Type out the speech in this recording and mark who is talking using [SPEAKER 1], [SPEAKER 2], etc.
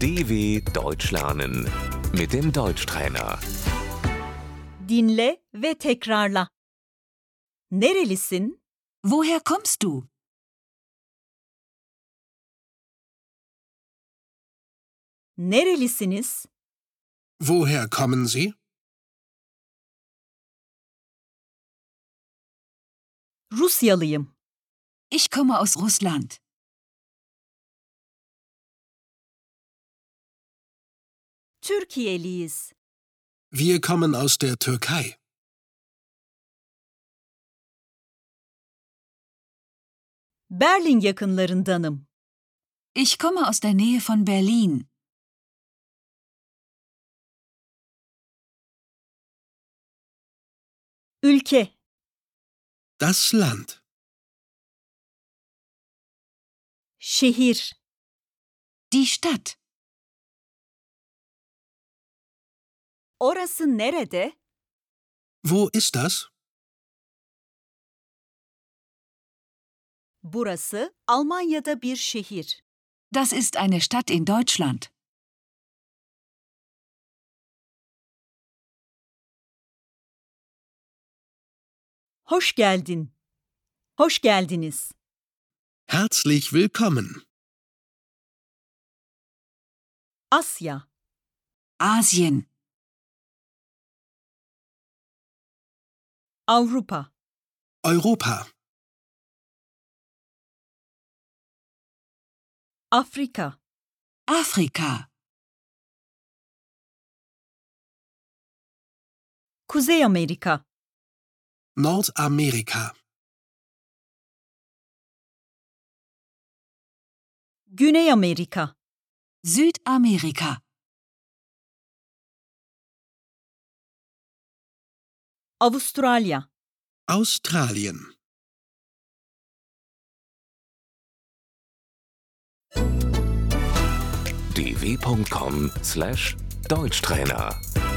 [SPEAKER 1] DW Deutsch lernen mit dem Deutschtrainer.
[SPEAKER 2] Dinle ve tekrarla. Nerelisin?
[SPEAKER 3] Woher kommst du?
[SPEAKER 2] Nerelisiniz?
[SPEAKER 4] Woher kommen Sie?
[SPEAKER 2] Rusyalıyım.
[SPEAKER 3] Ich komme aus Russland.
[SPEAKER 2] Türkiye'liyiz.
[SPEAKER 4] Wir kommen aus der Türkei.
[SPEAKER 2] Berlin yakınlarındanım.
[SPEAKER 3] Ich komme aus der Nähe von Berlin.
[SPEAKER 2] Ülke.
[SPEAKER 4] Das Land.
[SPEAKER 2] Şehir.
[SPEAKER 3] Die Stadt.
[SPEAKER 2] Orası nerede?
[SPEAKER 4] Wo ist das?
[SPEAKER 2] Burası Almanya'da bir şehir.
[SPEAKER 3] Das ist eine Stadt in Deutschland.
[SPEAKER 2] Hoş geldin. Hoş geldiniz.
[SPEAKER 4] Herzlich willkommen.
[SPEAKER 2] Asya.
[SPEAKER 3] Asien.
[SPEAKER 2] Avrupa.
[SPEAKER 4] Europa.
[SPEAKER 2] Afrika.
[SPEAKER 3] Afrika.
[SPEAKER 2] Kuzey Amerika.
[SPEAKER 4] Nordamerika.
[SPEAKER 2] Güney Amerika.
[SPEAKER 3] Südamerika.
[SPEAKER 2] Avustralya.
[SPEAKER 4] Australien.
[SPEAKER 1] dw.com/deutschtrainer